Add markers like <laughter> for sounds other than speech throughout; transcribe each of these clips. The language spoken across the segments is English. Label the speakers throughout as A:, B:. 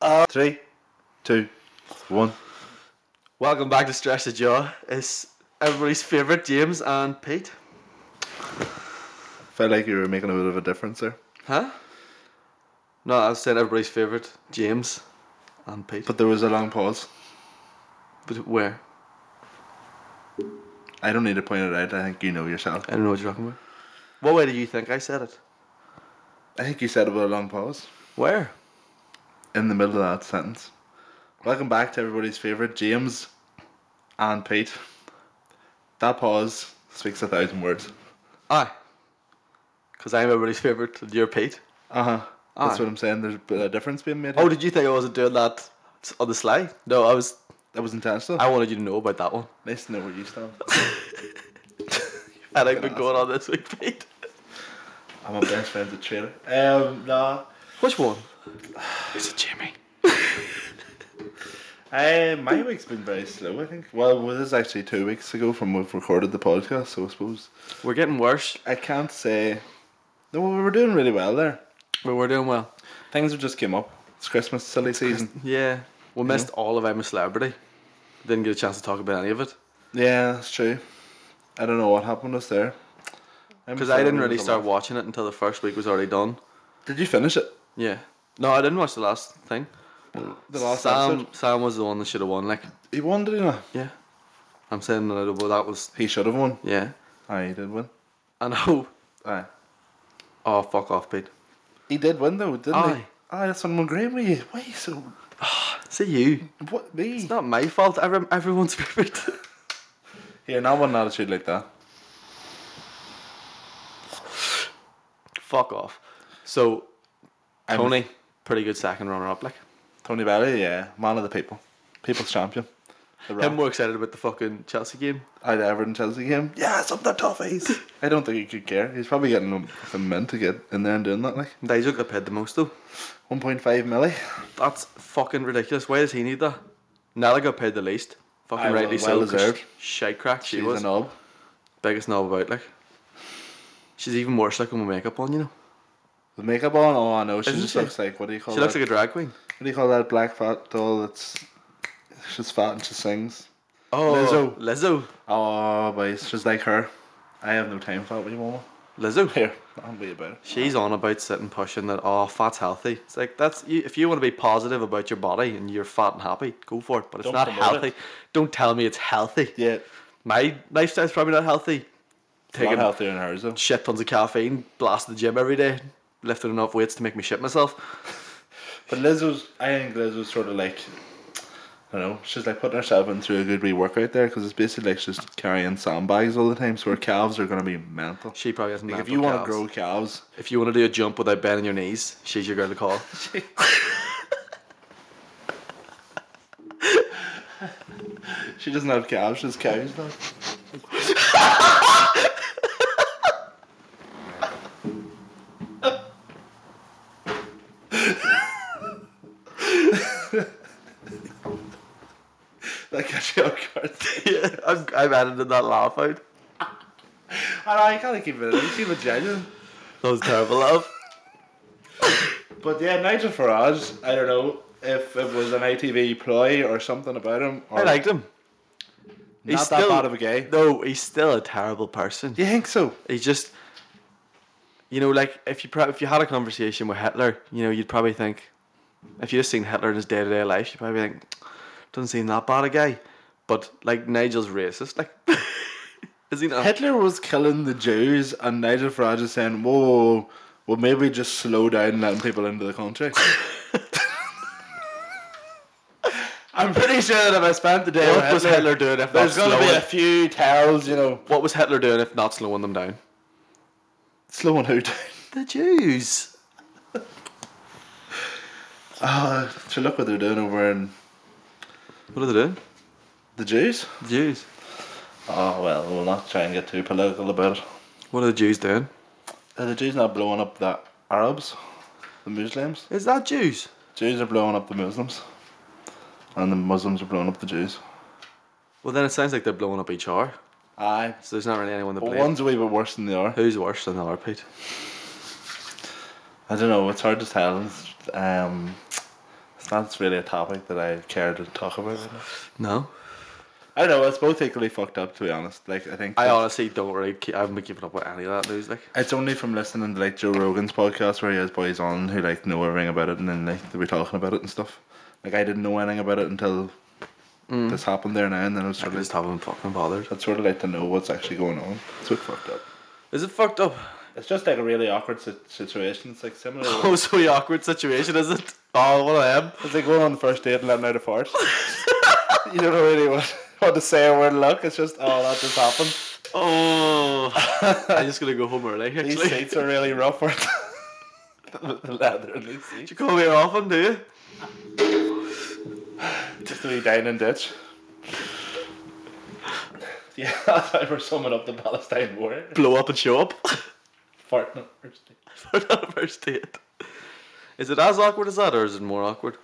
A: Uh,
B: Three, two, one.
A: welcome back to Stretch the Jaw. It's everybody's favourite James and Pete.
B: Felt like you were making a bit of a difference there.
A: Huh? No, I said everybody's favourite James and Pete.
B: But there was a long pause.
A: but where?
B: I don't need to point it out. I think you know yourself.
A: I don't know what you're talking about. What way do you think I said it?
B: I think you said about a long pause
A: Where?
B: in the middle of that sentence. Welcome back to everybody's favourite, James and Pete. That pause speaks a thousand words.
A: Aye. Because I'm everybody's favourite and you're Pete.
B: Uh huh. That's
A: Uh-huh. Aye.
B: what I'm saying. There's a bit of difference being made.
A: Oh,
B: here.
A: did you think I wasn't doing that on the sly? No, I was.
B: that was intentional.
A: I wanted you to know about that one.
B: nice to know where you stand.
A: And I've been going on this week, Pete.
B: I'm a best friend with Trader. Um, nah.
A: Which one? Is it Jimmy?
B: Uh, my week's been very slow, I think. Well, well, this is actually two weeks ago from when we've recorded the podcast, so I suppose
A: We're getting worse,
B: I can't say. No, we were doing really well there.
A: but we're doing well.
B: Things have just came up. It's Christmas, silly season.
A: Yeah. We missed all of I'm a Celebrity. Didn't get a chance to talk about any of it.
B: Yeah, that's true. I don't know what happened to us there.
A: Because I didn't really start watching it until the first week was already done.
B: Did you finish it?
A: Yeah. No, I didn't watch the last thing.
B: The last
A: Sam
B: episode.
A: Sam was the one that should have won, like
B: He won, did he not?
A: yeah. I'm saying that but that was
B: He should have won.
A: yeah.
B: Aye, Ah, he did win.
A: I know. <laughs>
B: Aye.
A: Oh fuck off, Pete.
B: He did win though, didn't he?
A: Aye.
B: Aye, that's what I'm agreeing with you. Why are you so.
A: See you.
B: What? Me?
A: It's not my fault. Every, everyone's <laughs> favourite.
B: Here, not one attitude like that.
A: fuck off. So
B: I'm-
A: Tony, pretty good second runner up, like.
B: Tony Valley, yeah, man of the people, people's champion. The
A: Him
B: Rock.
A: more excited about the fucking Chelsea game.
B: I'd Everton Chelsea game. Yeah, some of the toughies. I don't think he could care. He's probably getting them them meant to get in there and doing that like
A: Nigel got paid the most though.
B: 1.5 milli.
A: That's fucking ridiculous. Why does he need that? Nella got paid the least. Fucking
B: Aye, well-
A: rightly
B: well
A: so. 'cause
B: deserved.
A: Shite crack. She
B: She's
A: was
B: a knob.
A: biggest knob about. Like, she's even worse looking with makeup on. You know,
B: The makeup on. Oh, I know. She
A: Isn't
B: just
A: she?
B: looks like what do you call
A: she
B: that?
A: looks like a drag queen.
B: what do you call that black fat doll that's she's fat and she sings.
A: Oh,
B: Lizzo.
A: Lizzo,
B: Oh, boy, she's like her. I have no time for that with you, mama.
A: Lizzo,
B: <laughs> Here, I'll be about it.
A: She's on about sitting pushing that. Oh, fat's healthy. It's like that's you, if you want to be positive about your body and you're fat and happy, go for it. But it's
B: Don't
A: not
B: promote
A: healthy. Don't tell me it's healthy.
B: Yeah,
A: My lifestyle's probably not healthy.
B: a lot
A: Taking
B: healthier than hers though.
A: shit tons of caffeine, blasting the gym every day, lifting enough weights to make me shit myself.
B: But Liz was, I think Liz was sort of like, I don't know, she's like putting herself in through a good wee workout there because it's basically like she's carrying sandbags all the time, so her calves are going to be mental.
A: She probably hasn't.
B: Like if
A: mental
B: you want to
A: calves.
B: grow calves,
A: If you want to do a jump without bending your knees, she's your girl to call.
B: she doesn't have calves, she has cows now. <laughs> that gets you off guard. <laughs>
A: yeah, I'm, I'm edited that laugh out.
B: I know, you gotta keep it in, keep it genuine.
A: That was terrible laugh.
B: But yeah, Nigel Farage, I don't know if it was an ITV ploy or something about him. Or
A: <laughs> I liked him.
B: not that bad of a guy.
A: No, he's still a terrible person.
B: Do you think so?
A: He's just, you know, like if you pro- if you had a conversation with Hitler, you know, you'd probably think, if you just seen Hitler in his day to day life, you'd probably think, doesn't seem that bad a guy. But like Nigel's racist, like, <laughs> is he not?
B: Hitler was killing the Jews, and Nigel Farage is saying, whoa, whoa, whoa, well, maybe just slow down letting people into the country. <laughs> I'm pretty sure that if I spent the day
A: What
B: with
A: was
B: Hitler,
A: Hitler doing if not
B: there's going to be
A: slowing-
B: a few tales, you know,
A: What was Hitler doing if not slowing them down?
B: slowing who down.
A: The Jews.
B: Uh, so look what they're doing over in
A: What are they doing?
B: the Jews.
A: The Jews.
B: Oh, well, we'll not try and get too political about it.
A: What are the Jews doing?
B: Are the Jews not blowing up the Arabs? The Muslims?
A: Is that Jews?
B: Jews are blowing up the Muslims. And the Muslims are blowing up the Jews.
A: Well, then it sounds like they're blowing up each other.
B: Aye.
A: So there's not really anyone to
B: But
A: blame.
B: one's a wee bit worse than the other.
A: Who's worse than the other, Pete?
B: I don't know, it's hard to tell. It's, um, it's not really a topic that I care to talk about. Right now.
A: No.
B: I don't know. It's both equally fucked up, to be honest. Like I think
A: I
B: that-
A: honestly don't really. Keep, I haven't been keeping up with any of that news. Like,
B: It's only from listening to like Joe Rogan's podcast where he has boys on who like know everything about it and then like they be talking about it and stuff. Like I didn't know anything about it until this happened there now and then I was
A: I
B: sort of
A: just haven't fucking bothered.
B: I'd sort of like to know what's actually going on. It's so fucked up.
A: Is it fucked up?
B: It's just like a really awkward si- situation. It's like similar.
A: <laughs>
B: <laughs>
A: Oh, so the awkward situation, is it? <laughs> Oh, what I am.
B: it's like going on the first date and letting out a fart. you don't know really <laughs> what, what to say or where to look. It's just oh that just happened.
A: Oh,
B: <laughs>
A: <laughs> I'm just gonna go home early. Actually,
B: These seats are really rough. <laughs> Aren't they? the leather in these
A: Do
B: seats.
A: you come here often, do you?
B: Just a wee dining ditch. <laughs> Yeah, <laughs> that's how we're summing up the Palestine war. <laughs>
A: Blow up and show up <laughs>
B: Fart on the first date.
A: for that first date. Is it as awkward as that, or is it more awkward?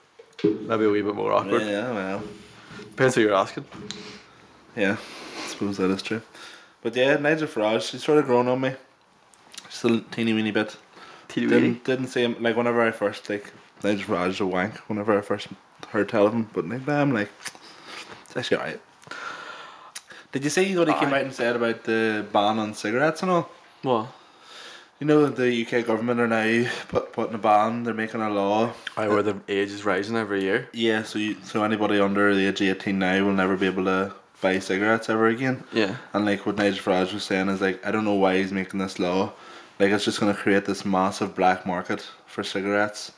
A: Maybe a wee bit more awkward.
B: Yeah, well,
A: Depends who you're asking.
B: yeah, I suppose that is true. But yeah, Nigel Farage, she's sort of grown on me. Just a teeny weeny bit. Didn't didn't see him like whenever I first like Nigel Farage is a wank. Whenever I first heard tell of him, but like now I'm like, it's actually alright. Did you see what he came
A: Aye.
B: out and said about the ban on cigarettes and all?
A: What?
B: You know that the UK government are now put, putting a ban. They're making a law.
A: I where the age is rising every year.
B: Yeah, so you, so anybody under the age of eighteen now will never be able to buy cigarettes ever again.
A: Yeah.
B: And like what Nigel Farage was saying is like I don't know why he's making this law. Like it's just gonna create this massive black market for cigarettes.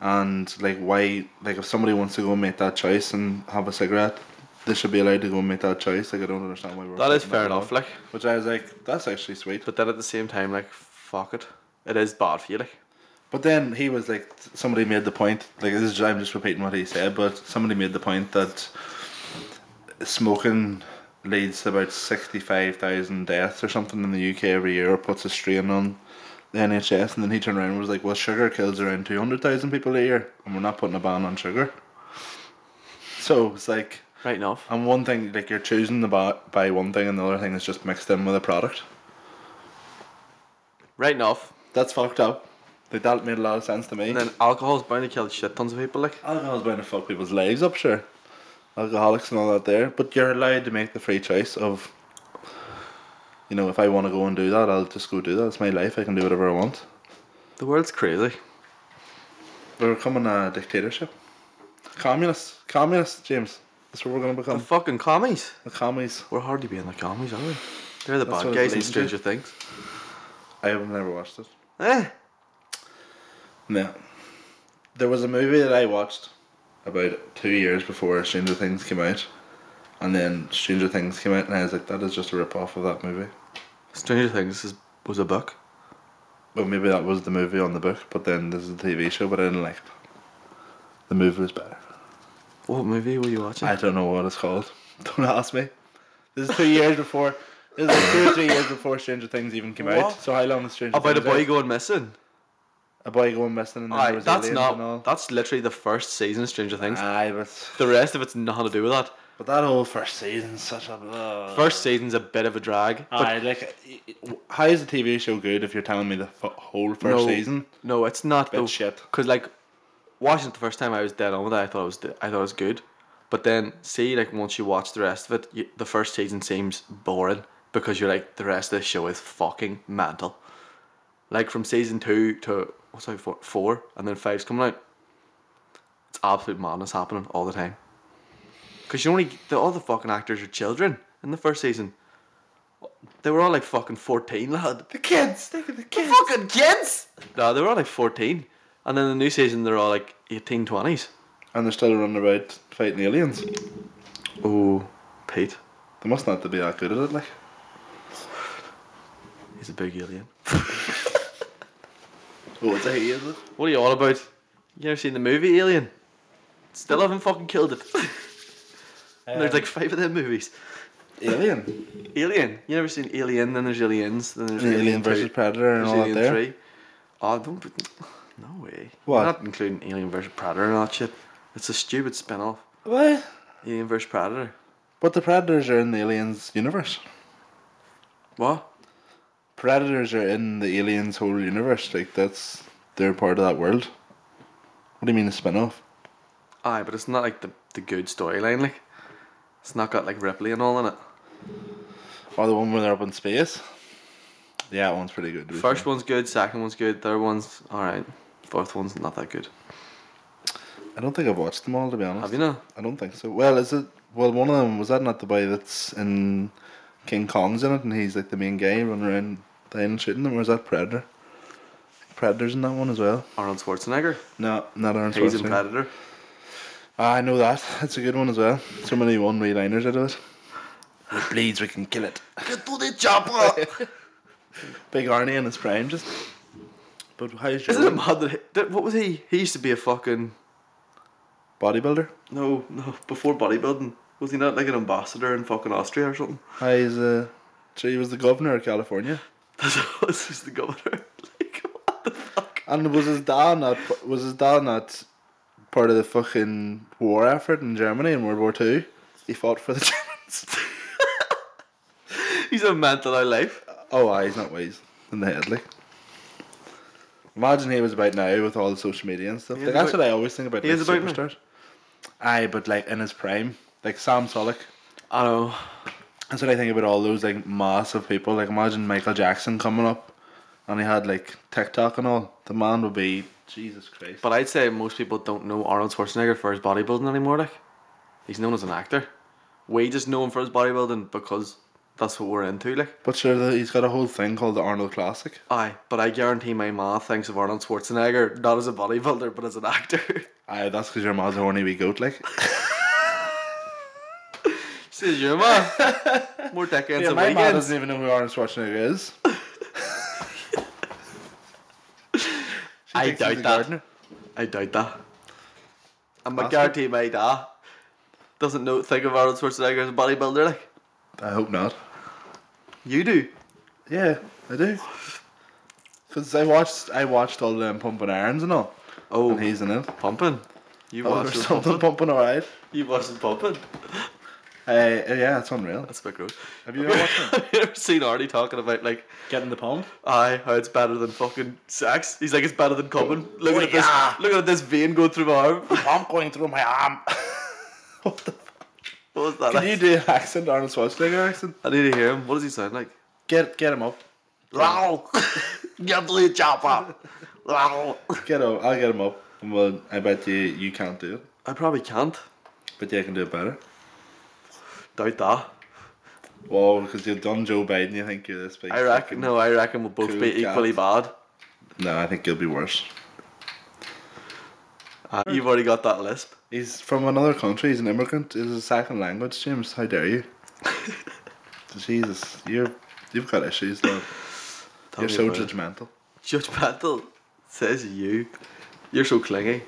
B: And like why like if somebody wants to go and make that choice and have a cigarette, they should be allowed to go and make that choice. Like I don't understand why we're
A: That is
B: putting
A: fair
B: law.
A: enough, like.
B: Which I was like, that's actually sweet.
A: But then at the same time, like, fuck it. It is bad for you, like.
B: But then he was like, somebody made the point. Like this is, I'm just repeating what he said, but somebody made the point that smoking leads to about sixty-five thousand deaths or something in the UK every year, or puts a strain on the NHS. And then he turned around and was like, "Well, sugar kills around two hundred thousand people a year, and we're not putting a ban on sugar." So it's like,
A: Right enough.
B: and one thing like you're choosing to buy, buy one thing, and the other thing is just mixed in with a product.
A: Right enough.
B: That's fucked up. Like that made a lot of sense to me.
A: And then alcohol's bound to kill shit tons of people, like.
B: Alcohol's bound to fuck people's lives up, sure. Alcoholics and all that there, but you're allowed to make the free choice of, you know, if I want to go and do that, I'll just go do that. It's my life. I can do whatever I want.
A: The world's crazy.
B: We're becoming a dictatorship. Communists, communists, James. That's what we're gonna
A: The
B: become.
A: fucking commies.
B: The commies.
A: We're hardly being the commies, are we? They're the
B: That's
A: bad
B: what it
A: guys in
B: leads to.
A: Stranger Things.
B: I have never watched it.
A: Eh?
B: No. There was a movie that I watched about two years before Stranger Things came out, and then Stranger Things came out, and I was like, that is just a rip off of that movie.
A: Stranger Things is, was a book.
B: Well, maybe that was the movie on the book, but then this is the TV show, but I didn't like it. The movie was better.
A: What movie were you watching?
B: I don't know what it's called. <laughs> Don't ask me. This is two years before. This is like two or three years before Stranger Things even came out.
A: What?
B: So how long is Stranger
A: About a
B: Things
A: boy
B: out?
A: going missing.
B: a boy going missing and then there
A: Aye,
B: was
A: that's
B: aliens and all.
A: not. That's literally the first season of Stranger Things.
B: Aye, but
A: The rest of it's nothing to do with that.
B: but that whole first season's such a blah.
A: First season's a bit of a drag. But
B: Aye, like it- it- how is a TV show good if you're telling me the f- whole first
A: no,
B: season?
A: No, it's not
B: Bit
A: though.
B: shit.
A: Cause like watching it the first time, I was dead on with it. I thought it was. I thought it was good. But then, see, like once you watch the rest of it, you, the first season seems boring because you're like, the rest of the show is fucking mental. Like from season two to what's that four, four, and then five's coming out. It's absolute madness happening all the time. Cause you only the all the fucking actors are children in the first season. They were all like fucking fourteen, lad.
B: The kids, think of the
A: The
B: kids.
A: fucking kids! No, they were all like 14. And then the new season, they're all like 18, 20s.
B: And they're still running about fighting aliens.
A: Oh, Pete.
B: They must not be that good at it, like.
A: He's a big alien.
B: Oh, it's a he, is it?
A: What are you all about? You ever seen the movie Alien? Still haven't fucking killed it. <laughs> and
B: Um,
A: there's like five of them movies.
B: Alien.
A: Alien. You never seen Alien, then there's Aliens, then there's
B: Alien,
A: Alien 2,
B: versus Predator and
A: there's
B: all that
A: Alien
B: there.
A: 3. Oh, don't. put- No way.
B: What?
A: Not including Alien versus Predator and all that shit. It's a stupid spin off.
B: What?
A: Alien versus Predator.
B: But the Predators are in the Aliens universe.
A: What?
B: Predators are in the Aliens whole universe. Like, that's. They're part of that world. What do you mean a spin off?
A: Aye, but it's not like the, the good storyline. Like, it's not got like Ripley and all in it.
B: Or Oh, the one where they're up in space. Yeah, that one's pretty good. to be
A: First
B: fair.
A: one's good, second one's good, third one's all right, fourth one's not that good.
B: I don't think I've watched them all to be honest.
A: Have you not?
B: I don't think so. Well, is it? Well, one of them was that not the boy that's in King Kong's in it, and he's like the main guy running around dying and shooting them, or is that Predator? Predator's in that one as well.
A: Arnold Schwarzenegger.
B: No, not Aaron
A: He's in
B: Schwarzenegger.
A: Predator.
B: Ah, I know that. That's a good one as well. So many one liners out of it. It bleeds, we can kill it.
A: Get to the
B: <laughs>
A: chopper.
B: Big Arnie in his prime, just. But how's your
A: Isn't it mad that, he, that what was he? He used to be a fucking
B: bodybuilder?
A: no no before bodybuilding. Was he not like an ambassador in fucking Austria or something?
B: How's uh? So he was the governor of California,
A: That's was just the governor. <laughs> Like what the fuck? <laughs>
B: and was his dad not was his dad not part of the fucking war effort in Germany in World War Two? He fought for the <laughs> Germans.
A: He's a mental out life.
B: oh, aye, he's not wise in the head, like. Imagine he was about now with all the social media and stuff.
A: He is
B: Like, that's
A: about-
B: what I always think about.
A: he
B: like,
A: is about now.
B: superstars. Aye, but like in his prime, like Sam Solik.
A: I know.
B: That's what I think about all those like massive people. Like imagine Michael Jackson coming up, and he had like TikTok and all. The man would be Jesus Christ.
A: But I'd say most people don't know Arnold Schwarzenegger for his bodybuilding anymore. Like, he's known as an actor. We just know him for his bodybuilding because that's what we're into. Like,
B: But sure, the, he's got a whole thing called the Arnold Classic.
A: aye. But I guarantee my ma thinks of Arnold Schwarzenegger not as a bodybuilder but as an actor. <laughs>
B: Aye, that's because your mom's a horny wee goat. Like
A: Says your ma. More decades
B: yeah,
A: of
B: my mom
A: weekends.
B: doesn't even know who Arnold Schwarzenegger <laughs> is. She
A: I
B: thinks he's
A: doubt
B: a
A: that.
B: gardener.
A: I doubt that. I'm a
B: Bastard.
A: guarantee my dad doesn't know think of Arnold Schwarzenegger as a bodybuilder. Like,
B: I hope not.
A: you do.
B: Yeah, I do. Cause I watched, I watched all them pumping irons and all,
A: Oh,
B: and he's in it.
A: pumping. You
B: Oh,
A: watched
B: there's
A: him
B: something
A: pumping.
B: <laughs> pumping alright.
A: You watched him pumping.
B: Uh, yeah, it's unreal.
A: That's a bit gross.
B: Have you ever watched them?
A: Have <laughs> you ever seen Arnie talking about like,
B: Getting the pump.
A: aye, how it's better than fucking sex? He's like, it's better than coming. Looking
B: Oh,
A: at
B: yeah.
A: this, looking at this vein going through my arm. <laughs> what
B: Pump going through my arm. <laughs> what the? Fuck?
A: was that?
B: Can you do an accent, Arnold Schwarzenegger accent?
A: I need to hear him. What does he sound like?
B: Get, get him up. <laughs>
A: Wow, get the chopper. <laughs> Wow.
B: Get him. I'll get him up. And well, I bet you you can't do it,
A: I probably can't.
B: but yeah, I can do it better.
A: Doubt that.
B: Well, because you've done Joe Biden, you think you're this big.
A: I reckon. No, I reckon we'll both
B: Cool
A: be equally bad.
B: No, I think you'll be worse.
A: Uh, you've already got that lisp.
B: He's from another country. He's an immigrant. It's his second language, James. How dare
A: <laughs>
B: you? Jesus, you're you've got issues, lad.
A: Tell
B: You're
A: me
B: so
A: about it.
B: judgmental.
A: judgmental. Says you. You're
B: <laughs>
A: so clingy.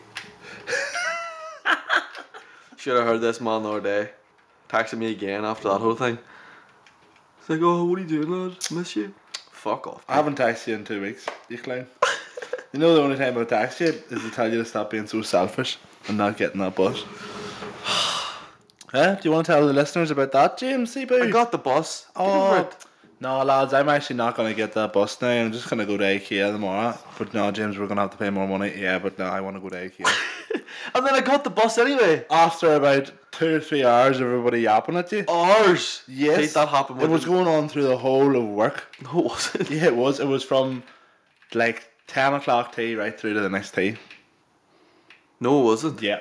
A: Should have heard this man the other day. Texted me again after that whole thing. He's like, oh, what are you doing, lad? Miss you. Fuck off.
B: I haven't texted you in two weeks, you clown.
A: <laughs>
B: you know the only time I text you is to tell you to stop being so selfish and not getting that <sighs> bus. huh? Do you want to tell the listeners about that, James? See,
A: I got the bus. Get over
B: Oh,
A: it.
B: no, lads, I'm actually not going to get that bus now. I'm just going to go to IKEA tomorrow. But no, James, we're going to have to pay more money. Yeah, but no, I want to go to IKEA.
A: <laughs> And then I got the bus anyway.
B: After about two or three hours, everybody yapping at you.
A: Ours.
B: yes.
A: Pete, Oh, that happened.
B: It was going on through the whole of work.
A: <laughs> No, it wasn't.
B: Yeah, it was. It was from like 10 o'clock tea right through to the next tea.
A: No, it wasn't.
B: Yeah.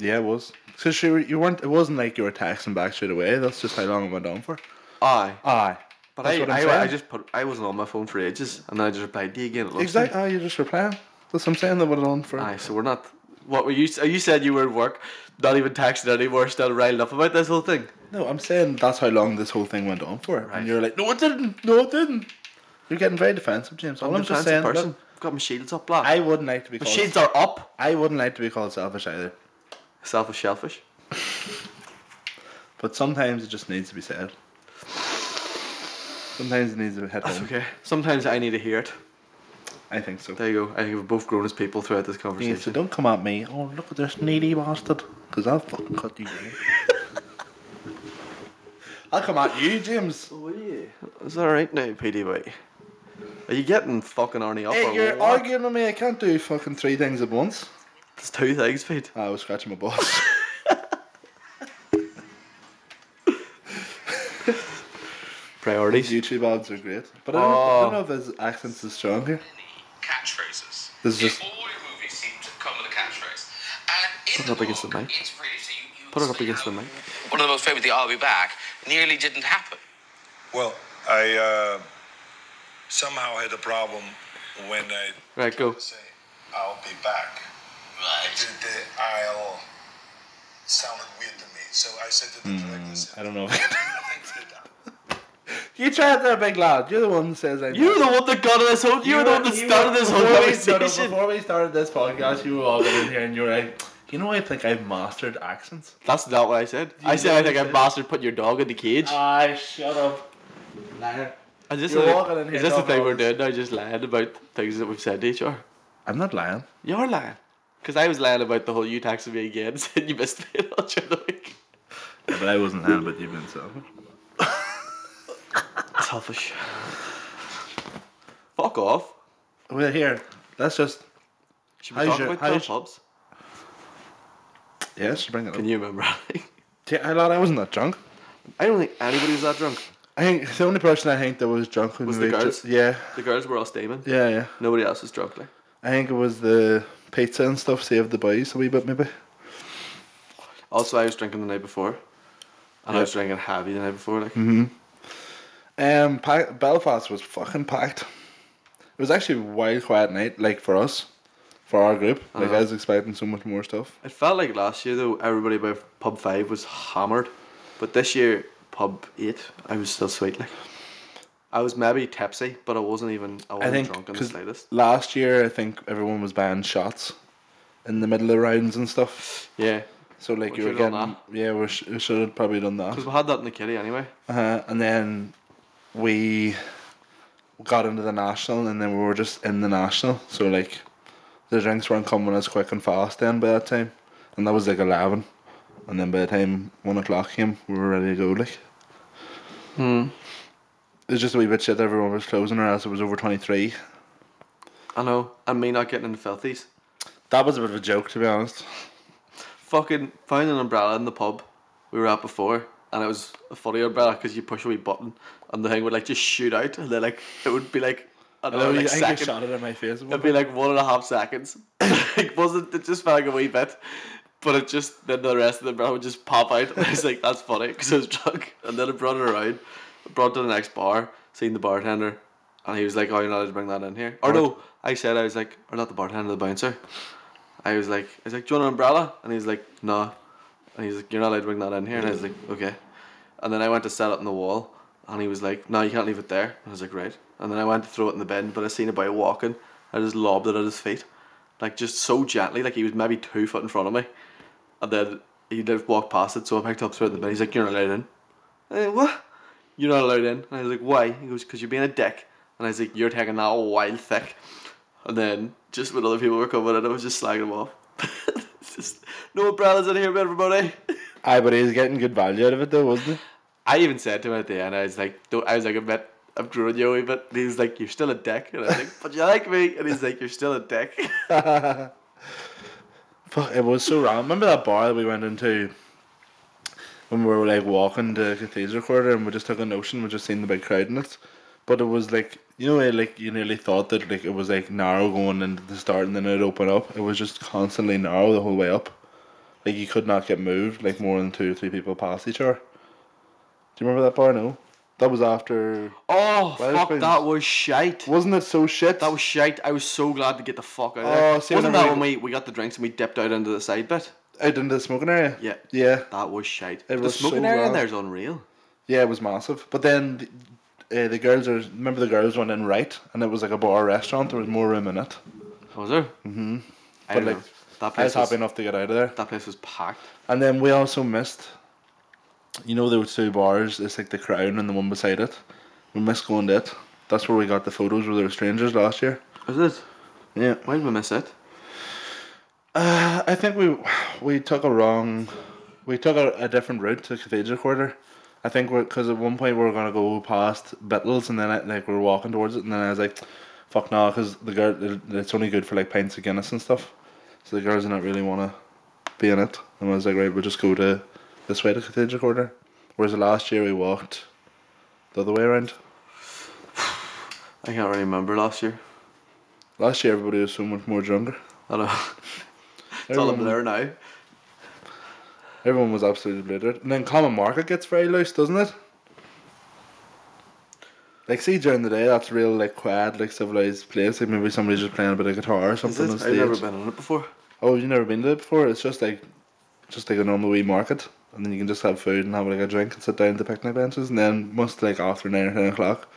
B: Yeah, it was. So she, you weren't. It wasn't like you were texting back straight away. That's just how long it went on for.
A: Aye.
B: Aye.
A: But
B: That's
A: I,
B: what I'm saying.
A: I, I just put. I wasn't on my phone for ages, and then I just replied to you again. At lunchtime.
B: Exactly. Aye, you're just replying. That's what I'm saying. That went on for.
A: Aye, so we're not. What were you? You said you were at work, not even texting anymore, still riled up about this whole thing.
B: No, I'm saying that's how long this whole thing went on for.
A: Right.
B: And you're like, no, it didn't. No, it didn't. You're getting very defensive, James. All I'm, just
A: defensive
B: saying.
A: person.
B: Look,
A: I've got my shields up, lad.
B: I wouldn't like to be
A: my
B: called.
A: shields are up.
B: I wouldn't like to be called selfish either.
A: Selfish, shellfish.
B: But sometimes it just needs to be said. Sometimes it needs to be hit
A: That's
B: home.
A: okay. Sometimes I need to hear it.
B: I think so.
A: There you go. I think we're both grown as people throughout this
B: Yeah, so
A: conversation.
B: don't come at me. Oh, look at this needy bastard. Because I'll fucking cut you.
A: <laughs>
B: down. I'll come at you, James.
A: Oh yeah. Is that alright now, PD boy? Are you getting fucking Arnie up?
B: Hey,
A: or
B: you're
A: what?
B: arguing with me. I can't do fucking three things at once. Ah,
A: It's two things, Pete.
B: I was scratching my balls. These
A: Priorities.
B: YouTube ads are great, but I don't, I don't know if his accent's as strong here.
C: catchphrases.
B: This is
C: Yeah,
B: just-
C: all your movies seem to come with a catchphrase. And in
A: Put it up
C: the
A: against the
C: book,
A: mic.
C: it's really so you- you
A: Put it up
C: see
A: against the
C: how
A: mic.
C: One of the most famous, the "I'll be back," nearly didn't happen.
D: Well, I uh, somehow had a problem when I
A: Right, go.
D: say, I'll be back. I
C: <laughs>
D: did the I'll sounded weird to me. So I said to the director,
B: Hmm, I don't know. <laughs>
D: I think that
B: you try it there, big lad. You're the one who says I.
A: You're the one that got us whole. You're the one that started this whole
B: before we started-
A: conversation.
B: Before we started this podcast, you were all in here and you were like, you know, I think I've mastered accents.
A: That's not what I said. I said I think I
B: said-
A: mastered putting your dog in the cage.
B: I Ah, shut up. Liar.
A: Is this,
B: You're
A: the,
B: walking in here
A: is this the
B: talking
A: thing
B: all
A: we're
B: this-
A: doing now? Just lying about things that we've said to each other.
B: I'm not lying.
A: You're lying. Because I was lying about the whole you taxing me again, <laughs> saying you missed me all during the week.
B: Yeah, but I wasn't lying about you being selfish.
A: Selfish. Fuck off.
B: Well, here, that's just.
A: Should we
B: How's
A: talk
B: your-
A: about
B: how's-
A: Tom Hobbs?
B: Yeah, just bring it up.
A: Can you remember anything?
B: Yeah, I lied, I wasn't that drunk.
A: I don't think anybody was that drunk.
B: I think the only person I think that was drunk
A: Was
B: we
A: the
B: were
A: girls?
B: ju- yeah,
A: The girls were all steaming.
B: yeah, yeah.
A: Nobody else was drunk. Like.
B: I think it was the pizza and stuff saved the boys a wee bit, maybe.
A: Also, I was drinking the night before. And I was drinking heavy the night before. Like,
B: Um, pack, Belfast was fucking packed. It was actually a wild quiet night, like for us, for our group. Like
A: Uh-huh.
B: I was expecting so much more stuff.
A: It felt like last year though, everybody by pub five was hammered, but this year pub eight, I was still sweet. Like, I was maybe tipsy, but I wasn't even. I
B: I
A: wasn't
B: think
A: drunk in the
B: 'cause
A: slightest.
B: last year I think everyone was buying shots in the middle of rounds and stuff.
A: Yeah,
B: So like
A: We
B: you were
A: should've
B: getting
A: done
B: yeah we, sh- we should have probably done
A: because
B: that.
A: we had that in the kitty anyway.
B: Uh, and then we got into the national and then we were just in the national. So like the drinks weren't coming as quick and fast then by that time, and that was like eleven. And then by the time one o'clock came, we were ready to go. Like, Hmm. it was just a wee bit shit. that Everyone was closing, or else it was over twenty three.
A: I know, and me not getting in the filthies.
B: That was a bit of a joke, to be honest.
A: Fucking found an umbrella in the pub we were at before, and it was a funny umbrella because you push a wee button and the thing would like just shoot out, and then like it would be like another like second.
B: Oh, it in my face.
A: It'd be like one and a half seconds. <laughs> it wasn't. It just felt like a wee bit, but it just then the rest of the brown would just pop out. <laughs> I was like, that's funny because I was drunk, and then I brought it around, brought it to the next bar, seen the bartender, and he was like, "Oh, you're not allowed to bring that in here." Or no, I said I was like, or not the bartender, the bouncer. I was like, I was like, "Do you want an umbrella?" And he's like, "No," and he's like, "You're not allowed to bring that in here." And I was like, "Okay," and then I went to set it on the wall. And he was like, "No, you can't leave it there." I was like, "Right." And then I went to throw it in the bin, but I seen a boy walking. I just lobbed it at his feet, like just so gently, like he was maybe two foot in front of me. And then he did walk past it, so I picked up through it in the bin. He's like, "You're not allowed in." I was like, "What? You're not allowed in?" And I was like, "Why?" He goes, "Cause you're being a dick." And I was like, "You're taking that wild thick." And then just when other people were coming in, I was just slagging them off. <laughs> It's just no umbrellas in here, everybody.
B: Aye, but he was getting good value out of it though, wasn't
A: I even said to him at the end, I was like, do I was like, I met, I've grown you a wee bit. And he was like, you're still a dick. And I was like, but you like me. And he's like, you're still
B: <laughs>
A: a dick.
B: he? Fuck, it was so wrong. Remember that bar that we went into when we were like walking to Cathedral Quarter and we just took a notion, we just seen the big crowd in it. But it was like you know, eh, like you nearly thought that like it was like narrow going into the start and then it'd open up. It was just constantly narrow the whole way up. Like you could not get moved, like more than two or three people past each other. Do you remember that bar? No. That was after
A: Oh,
B: Well,
A: fuck,
B: it's-
A: that was shite.
B: wasn't it so shit?
A: That was shite. I was so glad to get the fuck out of
B: Oh,
A: there.
B: see,
A: Wasn't
B: whenever
A: that
B: we-
A: when we, we got the drinks and we dipped out into the side bit?
B: out into the smoking area.
A: Yeah.
B: Yeah.
A: That was shite. the
B: was
A: smoking
B: so
A: area in
B: bad.
A: there is unreal.
B: Yeah, it was massive. But then the, uh, the girls are remember the girls went in right, and it was like a bar restaurant. There was more room in it.
A: Was there? Mm-hmm.
B: But,
A: I don't
B: like,
A: know. That
B: I was
A: place was,
B: happy enough to get out of there.
A: that place was packed.
B: And then we also missed. You know, there were two bars. It's like the Crown and the one beside it. We missed going to it. That's where we got the photos with our strangers last year.
A: Was it?
B: Yeah,
A: Why did we miss it?
B: I I think we we took a wrong, we took a, a different route to Cathedral Quarter. I think we're because at one point we were gonna go past Bittles and then I, like we were walking towards it and then I was like, "Fuck no," because the girl it- it's only good for like pints of Guinness and stuff. So the girls didn't really want to be in it. And I was like, right, we'll just go to this way to Contagion Corner. Whereas the last year we walked the other way around.
A: I can't really remember last year.
B: Last year everybody was so much more drunker.
A: I don't know. <laughs> It's all a blur now.
B: Everyone was absolutely blittered. And then Common Market gets very loose, doesn't it? Like, see, during the day, that's real, like, quiet, like, civilized place. Like, maybe somebody's just playing a bit of guitar or
A: Is
B: something on
A: it?
B: stage.
A: I've never been on it before.
B: Oh, you've never been to it before? It's just like, just like a normal wee market. And then you can just have food and have, like, a drink and sit down at the picnic benches. And then, once, like, after 9 or 10 o'clock.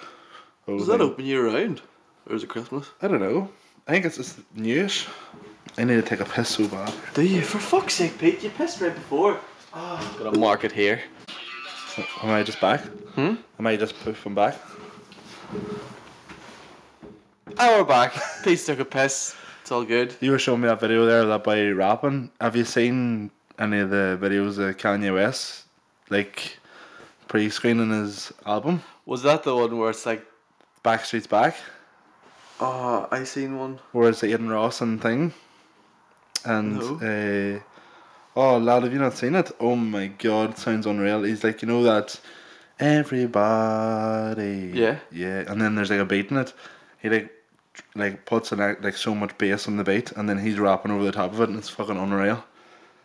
B: oh,
A: Does that
B: then-
A: open year round? Or is it Christmas?
B: I don't know. I think it's just newish. I need to take a piss so bad.
A: Do you? For fuck's sake, Pete, you pissed right before. Got a market here.
B: Am I just back? Hmm? Am I just poof, I'm back?
A: Oh, we're back. <laughs> Pete's took a piss. It's all good.
B: You were showing me that video there of that by rapping. Have you seen any of the videos of Kanye West, like pre-screening his album
A: Was that the one where it's like,
B: Backstreet's Back,
A: oh, I seen one.
B: where it's Aiden Ross and thing, and uh, oh lad, have you not seen it? Oh my god, it sounds unreal. He's like, you know that everybody.
A: Yeah.
B: Yeah, and then there's like a beat in it. He like tr- like puts an act- like so much bass on the beat, and then he's rapping over the top of it, and it's fucking unreal.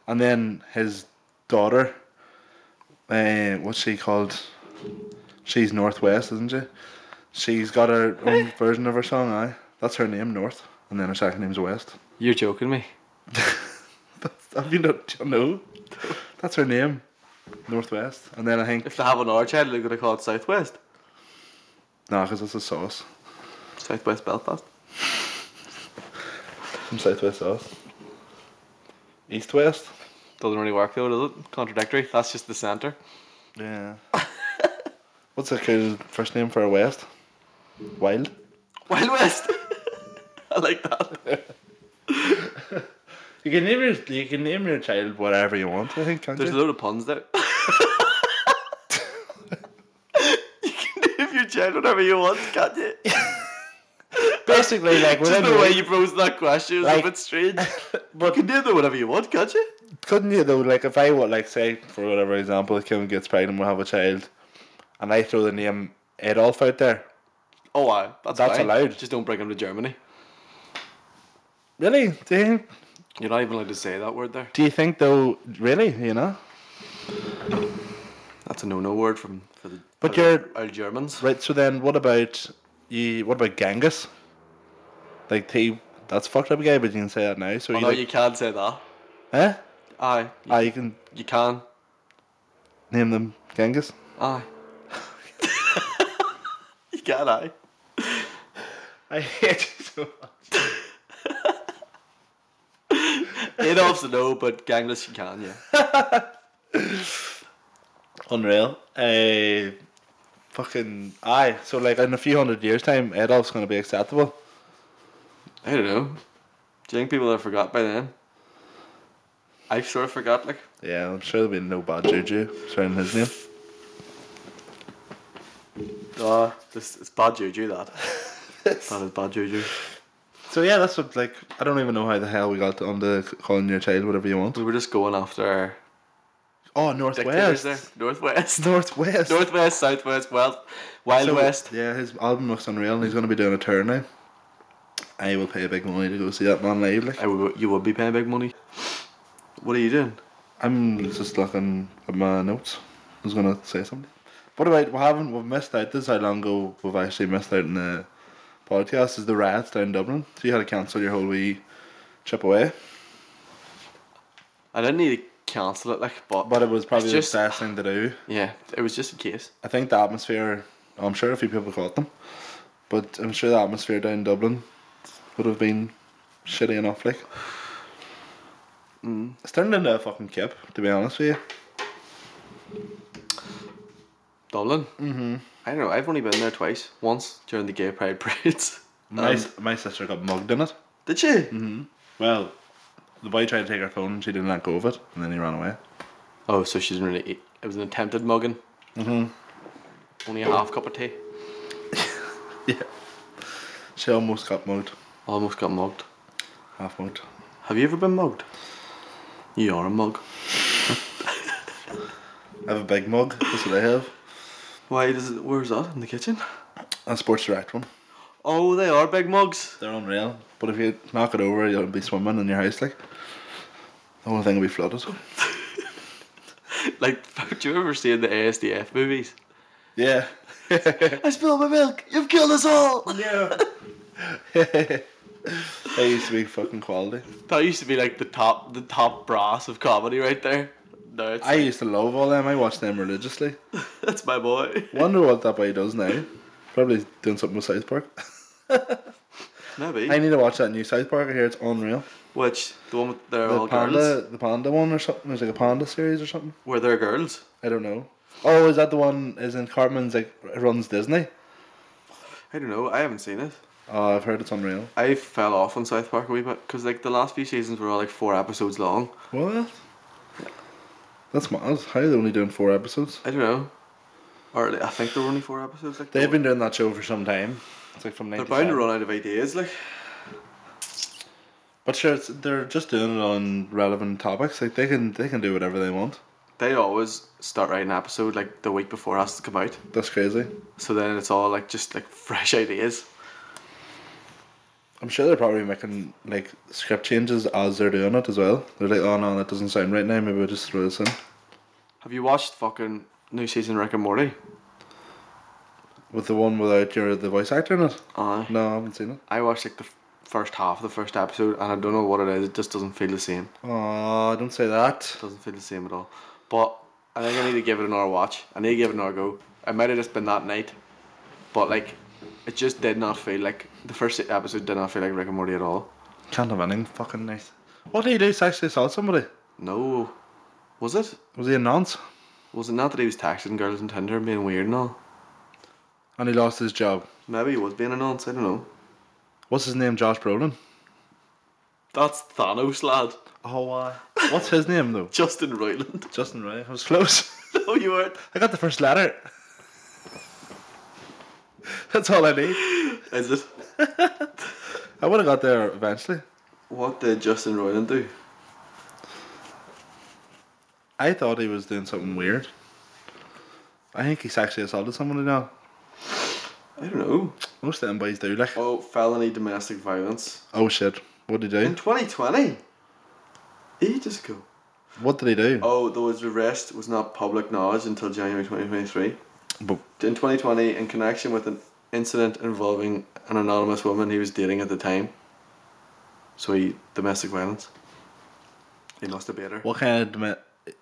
B: And then his daughter, uh, what's she called? She's Northwest, isn't she? She's got her own version of her song. Aye, that's her name, North, and then her second name's West.
A: You're joking me.
B: That's, <laughs> have you not? You know, that's her name, Northwest. And then I think
A: If they have an child, they're going to call it Southwest.
B: nah, because that's a sauce.
A: Southwest Belfast.
B: From Southwest sauce. East West.
A: Doesn't really work though, does it? Contradictory. That's just the centre.
B: Yeah. <laughs> What's a cool first name for a West? Wild.
A: Wild West. <laughs> I like that.
B: You can name your you can name your child whatever you want. I think. Can't
A: There's a
B: you?
A: load of puns there. <laughs> you can name your child whatever you want, can't you?
B: Basically, like
A: Just the
B: within way
A: way you posed that question is
B: Like-
A: a
B: <laughs>
A: bit strange. but you can name them whatever you want, can't you?
B: couldn't you though? Like if I would like say for whatever example, Kim gets pregnant, we'll have a child, and I throw the name Adolf out there.
A: Oh wow, that's,
B: That's
A: fine.
B: allowed.
A: Just don't bring them to Germany.
B: Really? Do you,
A: You're not even allowed to say that word there.
B: do you think though? Really? You know?
A: That's a no-no word from for the.
B: But
A: for
B: you're-
A: our Germans.
B: Right. So then, what about you? What about Genghis? Like he, that's fucked up guy, but you can say that now. So
A: Oh,
B: you
A: no,
B: like,
A: you can't say that.
B: eh?
A: Aye, you,
B: Ah, you can
A: you can.
B: name them Genghis.
A: Aye. <laughs> you can. Aye.
B: <laughs> I hate you so much.
A: Adolf's a no, but gangless you can. Yeah.
B: Unreal. Uh, fucking aye. So like in a few hundred years' time, Adolf's gonna be acceptable.
A: I don't know. Do you think people have forgot by then? I've sort of forgot. Like,
B: Yeah, I'm sure there'll be no bad juju surrounding his name. <laughs> Uh,
A: ah, this it's bad juju. That that is bad juju.
B: so yeah, that's what like I don't even know how the hell we got on the calling your child whatever you want.
A: We were just going after our
B: Oh, northwest,
A: dictators there. Northwest. <laughs>
B: northwest,
A: Northwest, Southwest, Wild, Wild
B: So,
A: West.
B: Yeah, his album looks unreal, and he's gonna be doing a tour now. I will pay big money to go see that man live. Like
A: I would, you would be paying big money. What are you doing?
B: I'm just looking at my notes. I was gonna say something. What about we haven't we've missed out this is how long ago we've actually missed out in the podcast is the riots down in Dublin. So you had to cancel your whole wee trip away.
A: I didn't need to cancel it, like, but, uh,
B: But it was probably
A: It's just-
B: the best thing to do.
A: yeah, it was just a case.
B: I think the atmosphere oh, I'm sure a few people caught them. But I'm sure the atmosphere down in Dublin would have been shitty enough like. It's turned into a fucking kip, to be honest with you.
A: Dublin. Mm-hmm. I don't know. I've only been there twice. Once during the Gay Pride <laughs> parades.
B: My,
A: Um,
B: s- my sister got mugged in it.
A: Did you?
B: Well, the boy tried to take her phone and she didn't let go of it, and then he ran <laughs> away.
A: Oh, so she didn't really eat. It was an attempted mugging. Mm-hmm. Only a half cup of tea.
B: Yeah. She almost got mugged.
A: Almost got mugged.
B: Half mugged.
A: Have you ever been mugged? You are a mug.
B: I have a big mug. That's what I have.
A: Why does it? Where's that in the kitchen?
B: A Sports Direct one.
A: Oh, they are big mugs.
B: They're unreal. But if you knock it over, you'll be swimming in your house like. The whole thing will be flooded.
A: <laughs> Like, do you remember seeing the ASDF movies? <laughs>
B: Yeah.
A: I spilled my milk. You've killed us all.
B: Yeah. they used to be fucking quality.
A: That used to be like the top, the top brass of comedy right there. No, it's
B: I used to love all them. I watched them religiously.
A: <laughs> that's my boy.
B: Wonder what that boy does now. Probably doing something with South Park. <laughs>
A: Maybe.
B: I need to watch that new South Park. I hear it's unreal.
A: Which the one with they're
B: The
A: all
B: panda,
A: girls?
B: the panda one or something. There's like a panda series or something.
A: Were there girls?
B: I don't know. Oh, is that the one? Is in Cartman's like runs Disney?
A: I don't know. I haven't seen it.
B: Oh, I've heard it's unreal.
A: I fell off on South Park a wee bit because like the last few seasons were all like four episodes long.
B: What? That's mad. How are they only doing four episodes?
A: I don't know, or like, I think there were only four episodes. Like
B: They've been doing that show for some time. It's like from
A: They're
B: 97.
A: bound to run out of ideas. Like
B: But sure, it's, they're just doing it on relevant topics. Like they can they can do whatever they want.
A: they always start writing an episode like the week before it has to come out.
B: That's crazy.
A: So then it's all like just like fresh ideas.
B: I'm sure they're probably making like script changes as they're doing it as well. They're like, oh no, that doesn't sound right now. Maybe we'll just throw this in.
A: Have you watched fucking new season Rick and Morty?
B: With the one without your the voice actor in it.
A: Aye.
B: No, I haven't seen it.
A: I watched like the f- first half of the first episode and I don't know what it is. It just doesn't feel the same.
B: Oh, don't say that.
A: doesn't feel the same at all. But I think I need to give it another watch. I need to give it another go. It might have just been that night, but like, it just did not feel like the first episode did not feel like Rick and Morty at all.
B: Can't have anything fucking nice. What did he do? Sexually assault somebody?
A: No, was it?
B: Was he a nonce?
A: Was it not that he was texting girls on Tinder and being weird and all?
B: And he lost his job.
A: Maybe he was being a nonce. I don't know.
B: What's his name? Josh Brolin.
A: That's Thanos, lad.
B: Oh, why? What's his name though?
A: Justin Roiland.
B: Justin Ray. I was close. <laughs>
A: no, you weren't.
B: I got the first letter. That's all I need.
A: Is it?
B: I would have got there eventually.
A: What did Justin Roiland do?
B: I thought he was doing something weird. I think he sexually assaulted someone now.
A: I don't know.
B: Most of them boys do. Like,
A: Oh, felony domestic violence.
B: oh shit, what did he
A: In
B: do?
A: 2020? Ages ago.
B: What did he do?
A: Oh, though his arrest was not public knowledge until January 2023.
B: But
A: In 2020, in connection with an incident involving an anonymous woman he was dating at the time. So he, domestic violence. He must have beat her.
B: what kind of deme-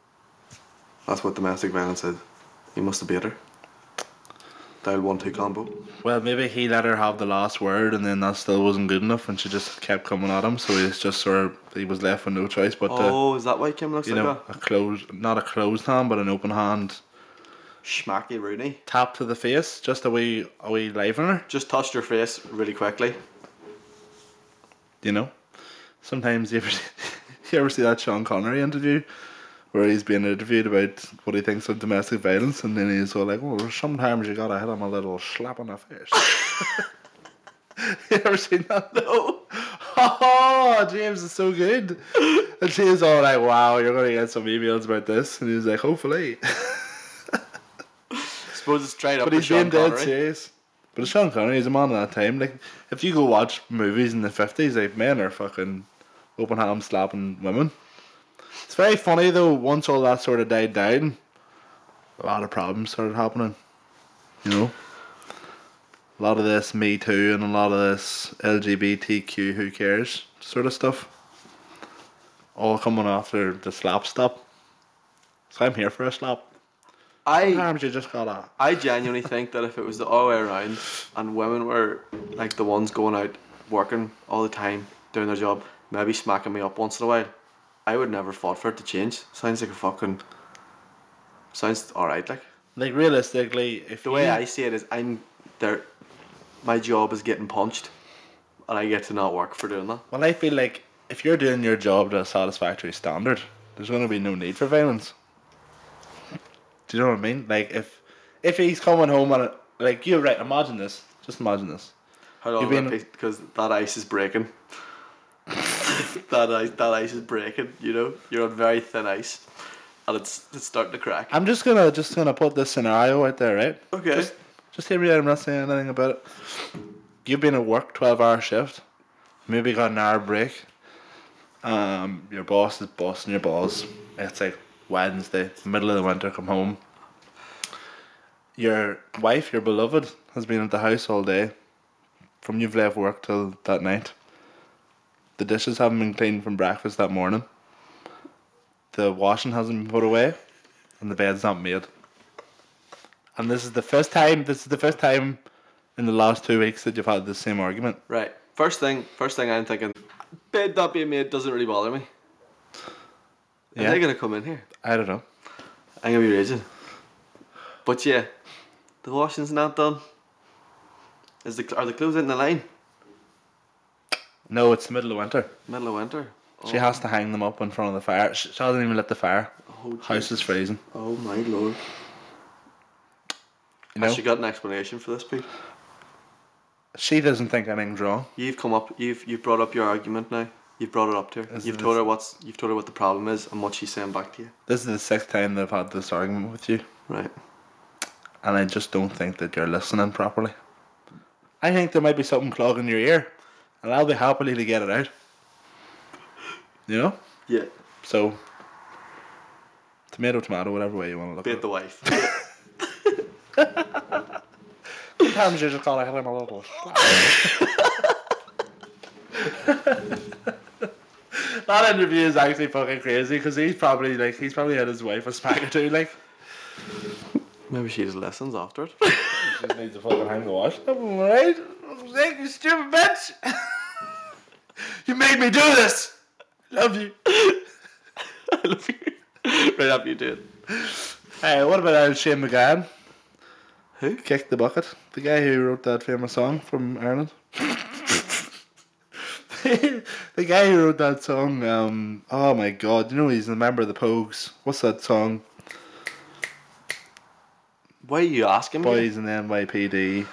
A: That's what domestic violence is. He must have beat her. Dial 1 2 combo.
B: Well, maybe he let her have the last word, and then that still wasn't good enough, and she just kept coming at him. So he's just sort of he was left with no choice but to
A: Oh, is that why Kim looks
B: you
A: like
B: know a
A: that?
B: closed not a closed hand but an open hand
A: Schmacky Rooney.
B: tap to the face, just a wee a wee livener.
A: Just touched her face really quickly.
B: You know, sometimes you ever <laughs> you ever see that Sean Connery interview where he's being interviewed about what he thinks of domestic violence, and then he's all like, "Well, sometimes you gotta hit him a little slap on the face." <laughs> you ever seen that?
A: No.
B: <laughs> oh, James is so good. And she was all like, wow, you're going to get some emails about this. And he was like, hopefully. <laughs>
A: Suppose it's straight up.
B: But
A: for
B: he's being
A: Sean
B: dead
A: Connery.
B: serious. But it's Sean Connery, he's a man of that time. Like, if you go watch movies in the 50s, like, men are fucking open hand slapping women. It's very funny, though, once all that sort of died down, a lot of problems started happening. You know? A lot of this Me Too and a lot of this LGBTQ Who Cares sort of stuff. All coming after the slap stop. So I'm here for a slap.
A: I
B: Sometimes you just gotta.
A: I genuinely think that if it was the other way around and women were like the ones going out working all the time, doing their job, maybe smacking me up once in a while, I would never fought for it to change. Sounds like a fucking sounds alright like.
B: Like realistically, if
A: The way
B: you,
A: I see it is I'm there my job is getting punched and I get to not work for doing that.
B: well, I feel like if you're doing your job to a satisfactory standard, there's going to be no need for violence. Do you know what I mean? Like if if he's coming home and like you're right, imagine this. Just imagine this.
A: How long
B: You've
A: will it
B: been-
A: because that ice is breaking. <laughs> that ice, that ice is breaking. You know, you're on very thin ice, and it's it's starting to crack.
B: I'm just gonna just gonna put this scenario out there, right?
A: Okay.
B: Just, just hear me out. I'm not saying anything about it. You've been at work, twelve hour shift. Maybe got an hour break. Um, your boss is bossing your balls. It's like Wednesday, middle of the winter. Come home. Your wife, your beloved, has been at the house all day. From you've left work till that night. The dishes haven't been cleaned from breakfast that morning. The washing hasn't been put away, and the bed's not made. And this is the first time. This is the first time in the last two weeks that you've had the same argument.
A: Right. First thing, first thing I'm thinking, bed not being made doesn't really bother me. Are
B: Yeah.
A: they gonna come in here?
B: I don't know.
A: I'm gonna be raging. But yeah, the washing's not done. Is the are the clothes in the line?
B: No, it's the middle of winter.
A: Middle of winter.
B: She has to hang them up in front of the fire. She, she hasn't even lit the fire.
A: Oh,
B: House is
A: Jesus.
B: freezing.
A: Oh my lord.
B: You know,
A: Has she got an explanation for this, Pete?
B: she doesn't think anything's wrong.
A: You've come up. You've you've brought up your argument now. You've brought it up to her.
B: Is
A: you've
B: this-
A: told her what's. You've told her what the problem is and what she's saying back to you.
B: This is the sixth time that I've had this argument with you,
A: Right.
B: and I just don't think that you're listening properly. I think there might be something clogging your ear, and I'll be happily to get it out. You know,
A: Yeah.
B: so tomato, tomato, whatever way you want to look at
A: Bait
B: it.
A: the wife.
B: Sometimes you just gotta hit him a little. that interview is actually fucking crazy because he's probably like he's probably had his wife a smack or two. Like
A: Maybe she just lessons after it.
B: she just needs a fucking hang to wash them, right? Zach, you stupid bitch! <laughs> you made me do this. Love you.
A: <laughs> I love you. right after you do it.
B: Hey, what about old Shane McGann?
A: Who?
B: Kick the bucket. The guy who wrote that famous song from Ireland. <laughs> the guy who wrote that song, um, oh my god, you know he's a member of the Pogues. What's that song?
A: Why are you asking me?
B: Boys in the NYPD.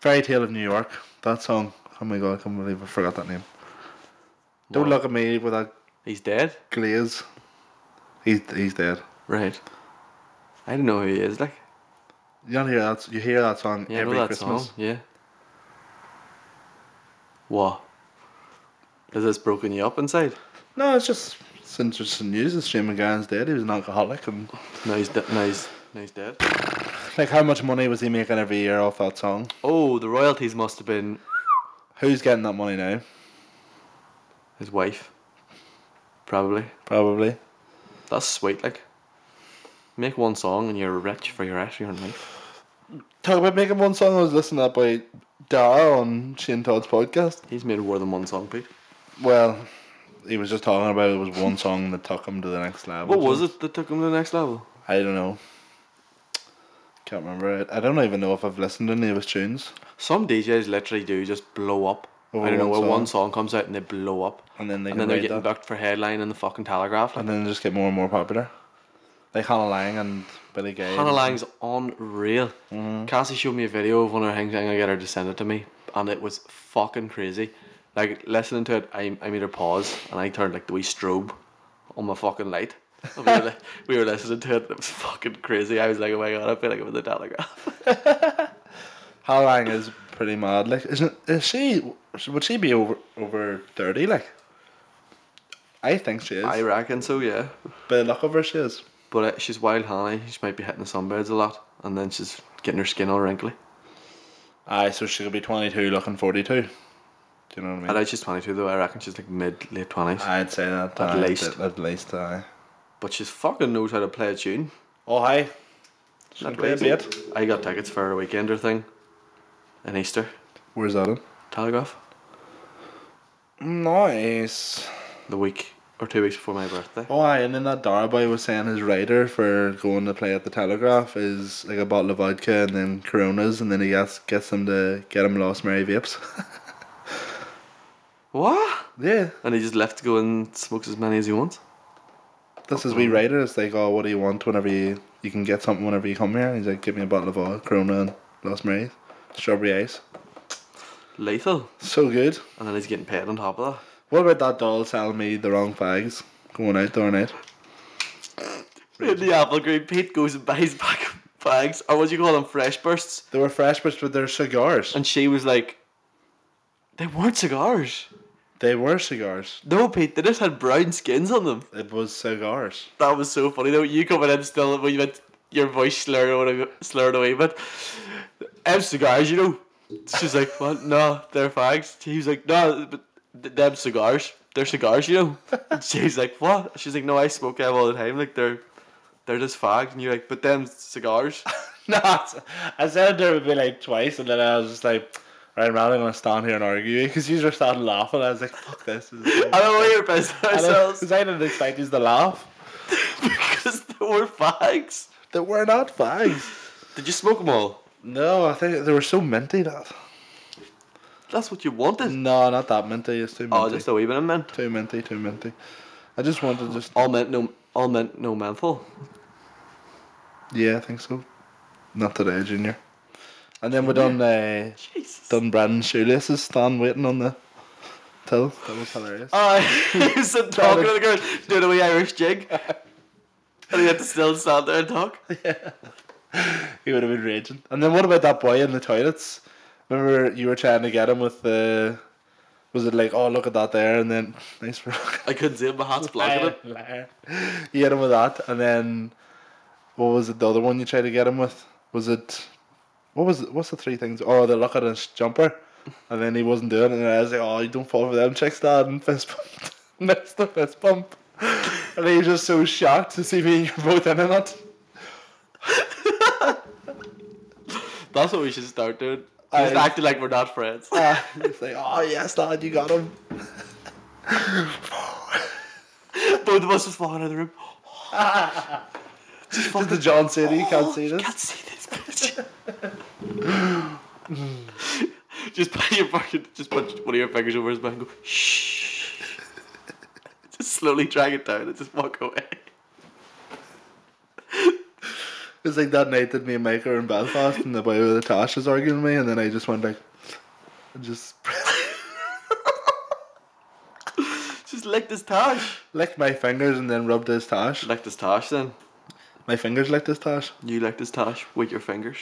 B: Fairy Tale of New York. That song. Oh my god, I can't believe I forgot that name. Don't
A: Well-
B: look at me with that
A: He's dead.
B: glaze. He's he's dead.
A: Right. I don't know who he is. Like.
B: You don't hear that. You hear that song
A: Yeah,
B: every
A: I know that
B: Christmas.
A: song. Yeah. What? Has this broken you up inside?
B: No, it's just it's interesting news. It's Shane McGann's dead. He was an alcoholic, and
A: Now he's, de- now he's, now he's dead.
B: like, how much money was he making every year off that song?
A: Oh, the royalties must have been
B: Who's getting that money now?
A: his wife. Probably.
B: Probably.
A: That's sweet, like. Make one song and you're rich for your rest of your life.
B: Talk about making one song. I was listening to that by Dara on Shane Todd's podcast.
A: He's made more than one song, Pete.
B: Well, he was just talking about it was one song that took him to the next level.
A: What was it that took him to the next level?
B: I don't know. Can't remember it. I don't even know if I've listened to any of his tunes.
A: Some DJs literally do just blow up.
B: Over
A: I don't know,
B: one
A: where
B: song.
A: one song comes out and they blow up.
B: And then they
A: and
B: get
A: then they're
B: raided.
A: getting booked for headline in the fucking Telegraph. Like.
B: And then they just get more and more popular. Like Hannah Lang and Billy Gay.
A: Hannah Lang's unreal. Cassie showed me a video of one of her things. I'm gonna get her to send it to me, and it was fucking crazy. Like listening to it, I, I made her pause, and I turned like the wee strobe on my fucking <laughs> light. And we, were, li- we were listening to it. and It was fucking crazy. I was like, oh my god, I feel like I'm in the telegraph.
B: Hannah Lang is pretty mad. Like, isn't is she? Would she be over over thirty? Like, I think she is.
A: <laughs> I reckon so, yeah.
B: By the look of her, she is.
A: But uh, she's wild, Hannah. She might be hitting the sunbeds a lot, and then she's getting her skin all wrinkly.
B: Aye, so she could be twenty two, looking forty two. Do you know what I mean?
A: I doubt she's 22 though. I reckon she's like mid late 20s.
B: I'd say that
A: At
B: aye,
A: least.
B: At, at least, aye.
A: But she's fucking knows how to play a tune.
B: Oh, hi.
A: Not
B: play a
A: crazy.
B: bit.
A: I got tickets for a weekender thing in Easter.
B: Where's that in?
A: Telegraph.
B: Nice.
A: The week or two weeks before my birthday.
B: Oh, aye, and then that Darby was saying his rider for going to play at the Telegraph is like a bottle of vodka and then Coronas, and then he gets gets them to get him Lost Mary vapes. <laughs>
A: What?
B: yeah,
A: And he just left to go and smokes as many as he wants.
B: that's his wee rider. It's like, oh, what do you want? Whenever you you can get something whenever you come here, and he's like, give me a bottle of all Corona and Lost Mary, strawberry ice.
A: lethal.
B: So good.
A: And then he's getting paid on top of that.
B: What about that doll telling me the wrong fags going out there night?
A: In the apple green, Pete goes and buys back <laughs> of bags, or what do you call them, fresh bursts.
B: They were fresh, but with their cigars.
A: And she was like, they weren't cigars.
B: They were cigars.
A: No, Pete, they just had brown skins on them.
B: It was cigars.
A: That was so funny though. You coming in still when you had your voice slurred, slurred away, but them cigars, you know. She's like, what? No, they're fags. He was like, no, but th- them cigars, they're cigars, you know. And she's like, what? She's like, no, I smoke them all the time. Like they're, they're just fags. And you're like, but them <laughs> cigars.
B: <laughs> no, I said it there would be like twice, and then I was just like, right, I'm not gonna stand here and argue because you just started laughing. I was like, fuck this. this is-
A: I don't know we're
B: <laughs>
A: pissing ourselves
B: Because I didn't expect these to laugh.
A: <laughs> because they were fags.
B: They were not fags.
A: Did you smoke them all?
B: No, I think they were so minty that.
A: That's what you wanted.
B: No, not that minty. It's too minty.
A: Oh, just a wee bit of mint.
B: Too minty, too minty. I just wanted just.
A: All mint, no, all mint, no menthol.
B: Yeah, I think so. Not today, Junior. And then we done uh,
A: Jesus.
B: done Brandon's shoelaces. Stan waiting on the till. That was hilarious. <laughs>
A: Uh, <laughs> he was sitting talking to the girl, doing a wee Irish jig. And he had to still stand there and talk.
B: <laughs> He would have been raging. And then what about that boy in the toilets? Remember you were trying to get him with the. Was it like, oh look at that there, and then <laughs> nice for.
A: I couldn't see him, my hat's blocking it.
B: Liar. <laughs> You hit him with that, and then what was it? The other one you tried to get him with was it? What was it? What's the three things? Oh, the look at his jumper, and then he wasn't doing it, and I was like, oh, you don't fall for them chicks, dad, and <laughs> fist bump, missed the fist bump, <laughs> and he was just so shocked to see me and you both in on it.
A: That's what we should start doing.
B: I-
A: Just acting like we're not friends.
B: Uh, <laughs> he's like, oh yes, dad, you got him.
A: <laughs> Both of us just walking out of the room.
B: Just the John City, you can't see
A: You
B: this.
A: Oh, can't see this bitch. <laughs> just put your fucking, just put one of your fingers over his mouth and go, shh. <laughs> just slowly drag it down and just walk away. <laughs>
B: It's like that night that me and Mike were in Belfast and the boy with the Tosh was arguing with me and then I just went like and just <laughs>
A: Just lick this Tosh.
B: licked my fingers and then rubbed his Tosh.
A: Lick this Tosh then.
B: My fingers licked his Tosh.
A: You licked his Tosh with your fingers.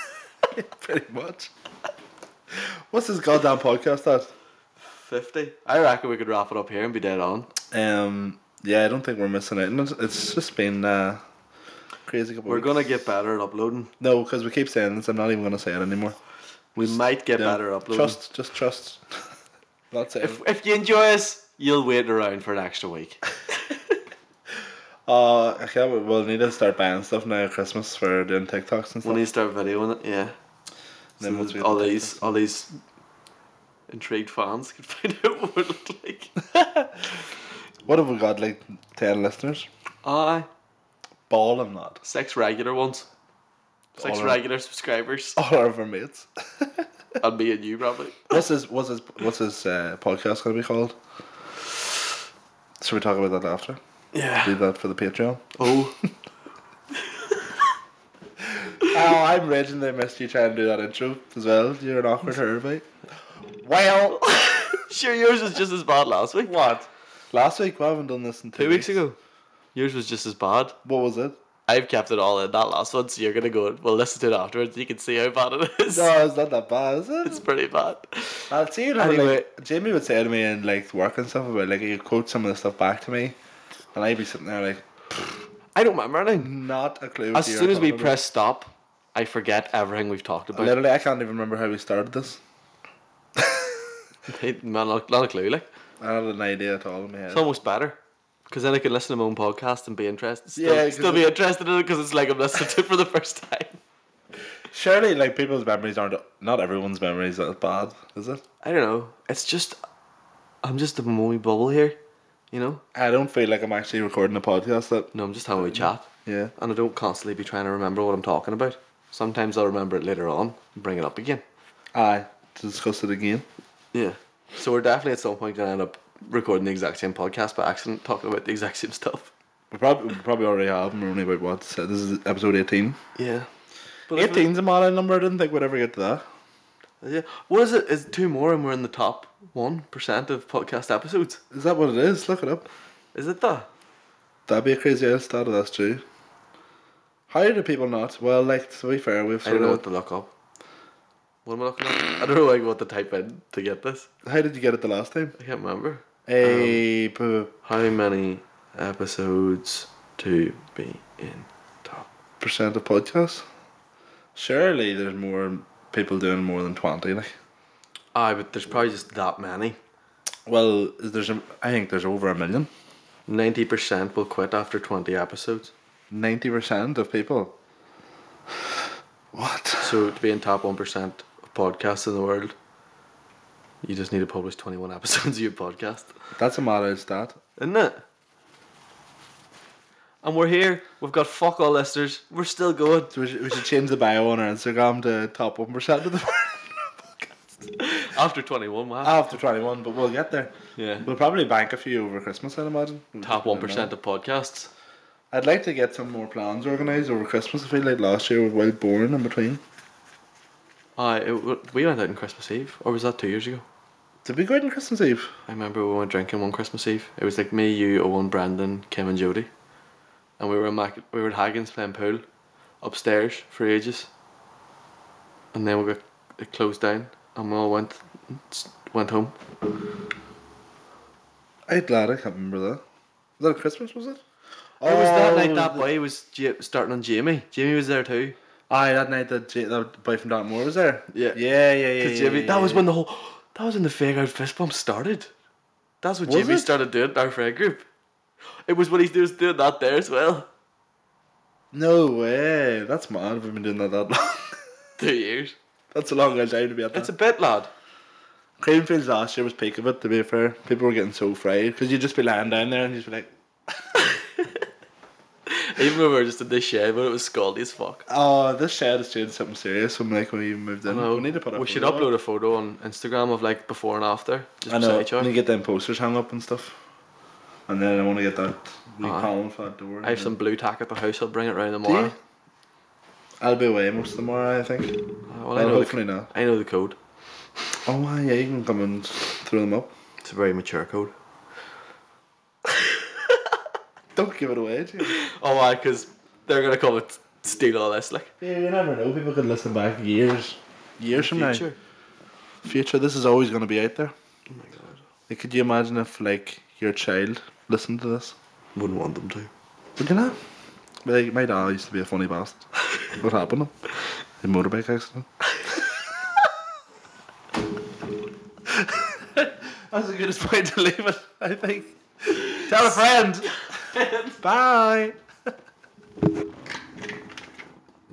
B: <laughs> Pretty much. What's this goddamn podcast
A: 50. I reckon we could wrap it up here and be dead on.
B: at? Um yeah, I don't think we're missing out. It's- It's just been uh crazy couple
A: We're
B: weeks.
A: gonna get better at uploading.
B: No, because we keep saying this, I'm not even gonna say it anymore.
A: We might get
B: Yeah.
A: better at uploading.
B: Trust just trust. <laughs> That's it.
A: If, if you enjoy us, you'll wait around for an
B: <laughs>
A: extra week.
B: Uh, I can't, we'll need to start buying stuff now at Christmas for doing TikToks and stuff.
A: When you start videoing it, yeah.
B: Then
A: So
B: once we
A: that all
B: upload
A: these all these intrigued fans can <laughs> find out what it looked like.
B: <laughs> What have we got? Like ten listeners?
A: Aye.
B: Ball and that.
A: Six regular ones. Six
B: All right.
A: regular
B: <laughs>
A: subscribers.
B: <laughs> All of our mates.
A: and me and you probably.
B: what's his what's his what's his uh, podcast gonna be called? Should we talk about that after?
A: Yeah.
B: Do that for the
A: <laughs>
B: Patreon.
A: Oh.
B: Oh, I'm raging they missed you trying to do that intro as well. You're an awkward herbite. Well
A: sure yours was just as bad last week.
B: What? Last week we haven't done this in two,
A: Two weeks ago. Yours was just as bad.
B: What was it?
A: I've kept it all in that last one, so you're gonna go. Well, listen to it afterwards. You can see how bad it is.
B: No, it's not that bad, is it?
A: <laughs> It's pretty bad.
B: I'll see you later.
A: Anyway.
B: Like, Jamie would say to me and like work and stuff about like you quote some of the stuff back to me, and I'd be sitting there like
A: I don't remember anything.
B: not a clue.
A: As
B: what you're
A: soon as we
B: talking about.
A: press stop, I forget everything we've talked about.
B: literally, I can't even remember how we started this. <laughs>
A: Hey, man, not, not a clue. Like
B: I don't have an idea at all in my head.
A: it's almost better because then I can listen to my own podcast and be interested. Still,
B: Yeah, 'cause
A: still be
B: it-
A: interested in it because it's like I'm listening to it for the first time.
B: Surely, like people's memories aren't not everyone's memories that bad, is it?
A: I don't know. It's just I'm just a moody bubble here, you know. Uh,
B: I don't feel like I'm actually recording a podcast. That
A: No, I'm just having a wee chat,
B: yeah,
A: and I don't constantly be trying to remember what I'm talking about. Sometimes I'll remember it later on and bring it up again.
B: aye. To discuss it again.
A: Yeah. So we're definitely at some point gonna end up recording the exact same podcast by accident, talking about the exact same stuff.
B: We probably we probably already have. and We're only about what so this is episode eighteen.
A: Yeah. But if we-
B: Eighteen's a modern number. I didn't think we'd ever get to that.
A: Yeah. What is it? Is two more and we're in the top one percent of podcast episodes?
B: Is that what it is? Look it up.
A: Is it that?
B: That'd be a crazy ass stat if that's true. How do people not? Well, like to be fair, we've
A: I don't
B: sort
A: know what
B: of.
A: to look up. What am I looking at? I don't know like what to type in to get this.
B: How did you get it the last time?
A: I can't remember.
B: A p-
A: How many episodes to be in top?
B: percent of podcasts. Surely there's more people doing more than twenty. Like,
A: Aye, but there's probably just that many.
B: well, there's a, I think there's over a million.
A: Ninety percent will quit after twenty episodes.
B: Ninety percent of people. What?
A: So to be in top one percent of podcasts in the world, you just need to publish twenty one <laughs> episodes of your podcast.
B: That's a mad ass stat.
A: Isn't it? And we're here. We've got fuck all listeners. We're still going.
B: So we should, we should change the bio on our Instagram to top one percent of the world <laughs>
A: After twenty one, wow.
B: after twenty one, but we'll get there.
A: yeah.
B: We'll probably bank a few over Christmas, I'd imagine.
A: Top one percent of podcasts.
B: I'd like to get some more plans organised over Christmas. I feel like last year was well born in between.
A: Aye, it, w- we went out on Christmas Eve, or was that two years ago?
B: Did we go out on Christmas Eve?
A: I remember we went drinking one Christmas Eve. It was like me, you, Owen, Brandon, Kim, and Jody, and we were in Mac- we were at Haggins playing pool, upstairs for ages. And then we got it closed down, and we all went went home.
B: I'm glad I can't remember that. Was that Christmas, was it?
A: It was that night that
B: the-
A: boy was ja- starting on Jamie. Jamie was there too.
B: Aye, that night that, J- that boy from Dartmoor was there.
A: Yeah.
B: Yeah, yeah, yeah.
A: Because
B: yeah,
A: Jamie,
B: yeah,
A: that was
B: yeah.
A: when the whole, that was when the fake out fist bump started. That's when
B: Was
A: Jamie
B: it?
A: started doing our friend group. It was when he was doing that there as well.
B: No way. That's mad. We've been doing that <laughs> that long.
A: Two years.
B: That's a long time to be at that.
A: It's a bit, lad.
B: Creamfields last year was peak of it, to be fair. People were getting so fried because you'd just be lying down there and you'd just be like,
A: Even though we were just in this shed, but it was scaldy as fuck.
B: oh, this shed is doing something serious. I'm like, when you moved in, we need to put up.
A: we should upload a photo on Instagram of like before and after. Just
B: I know.
A: beside each
B: And
A: other.
B: you get them posters hung up and stuff. And then I want to get that wee
A: Aye.
B: column for that door.
A: Ah. I have some blue tack at the house. I'll bring it round
B: Do
A: tomorrow.
B: you? I'll be away most of tomorrow, I think.
A: Uh, well, I
B: Well,
A: know,
B: hopefully
A: the,
B: not.
A: I know the code.
B: Oh, aye, yeah, you can come and throw them up.
A: It's a very mature code.
B: Don't give it away, do you?
A: Oh, why? Because they're gonna come and steal all this, like.
B: Yeah, you never know. People could listen back years, years from
A: Future.
B: now. Future. This is always going to be out there. Oh my god. Like, could you imagine if like your child listened to this?
A: Wouldn't want them to.
B: Would you know? Like, my dad used to be a funny bastard. what happened? to him? A motorbike accident. <laughs> That's the goodest point to leave it. <laughs> I think. Tell a friend. Bye.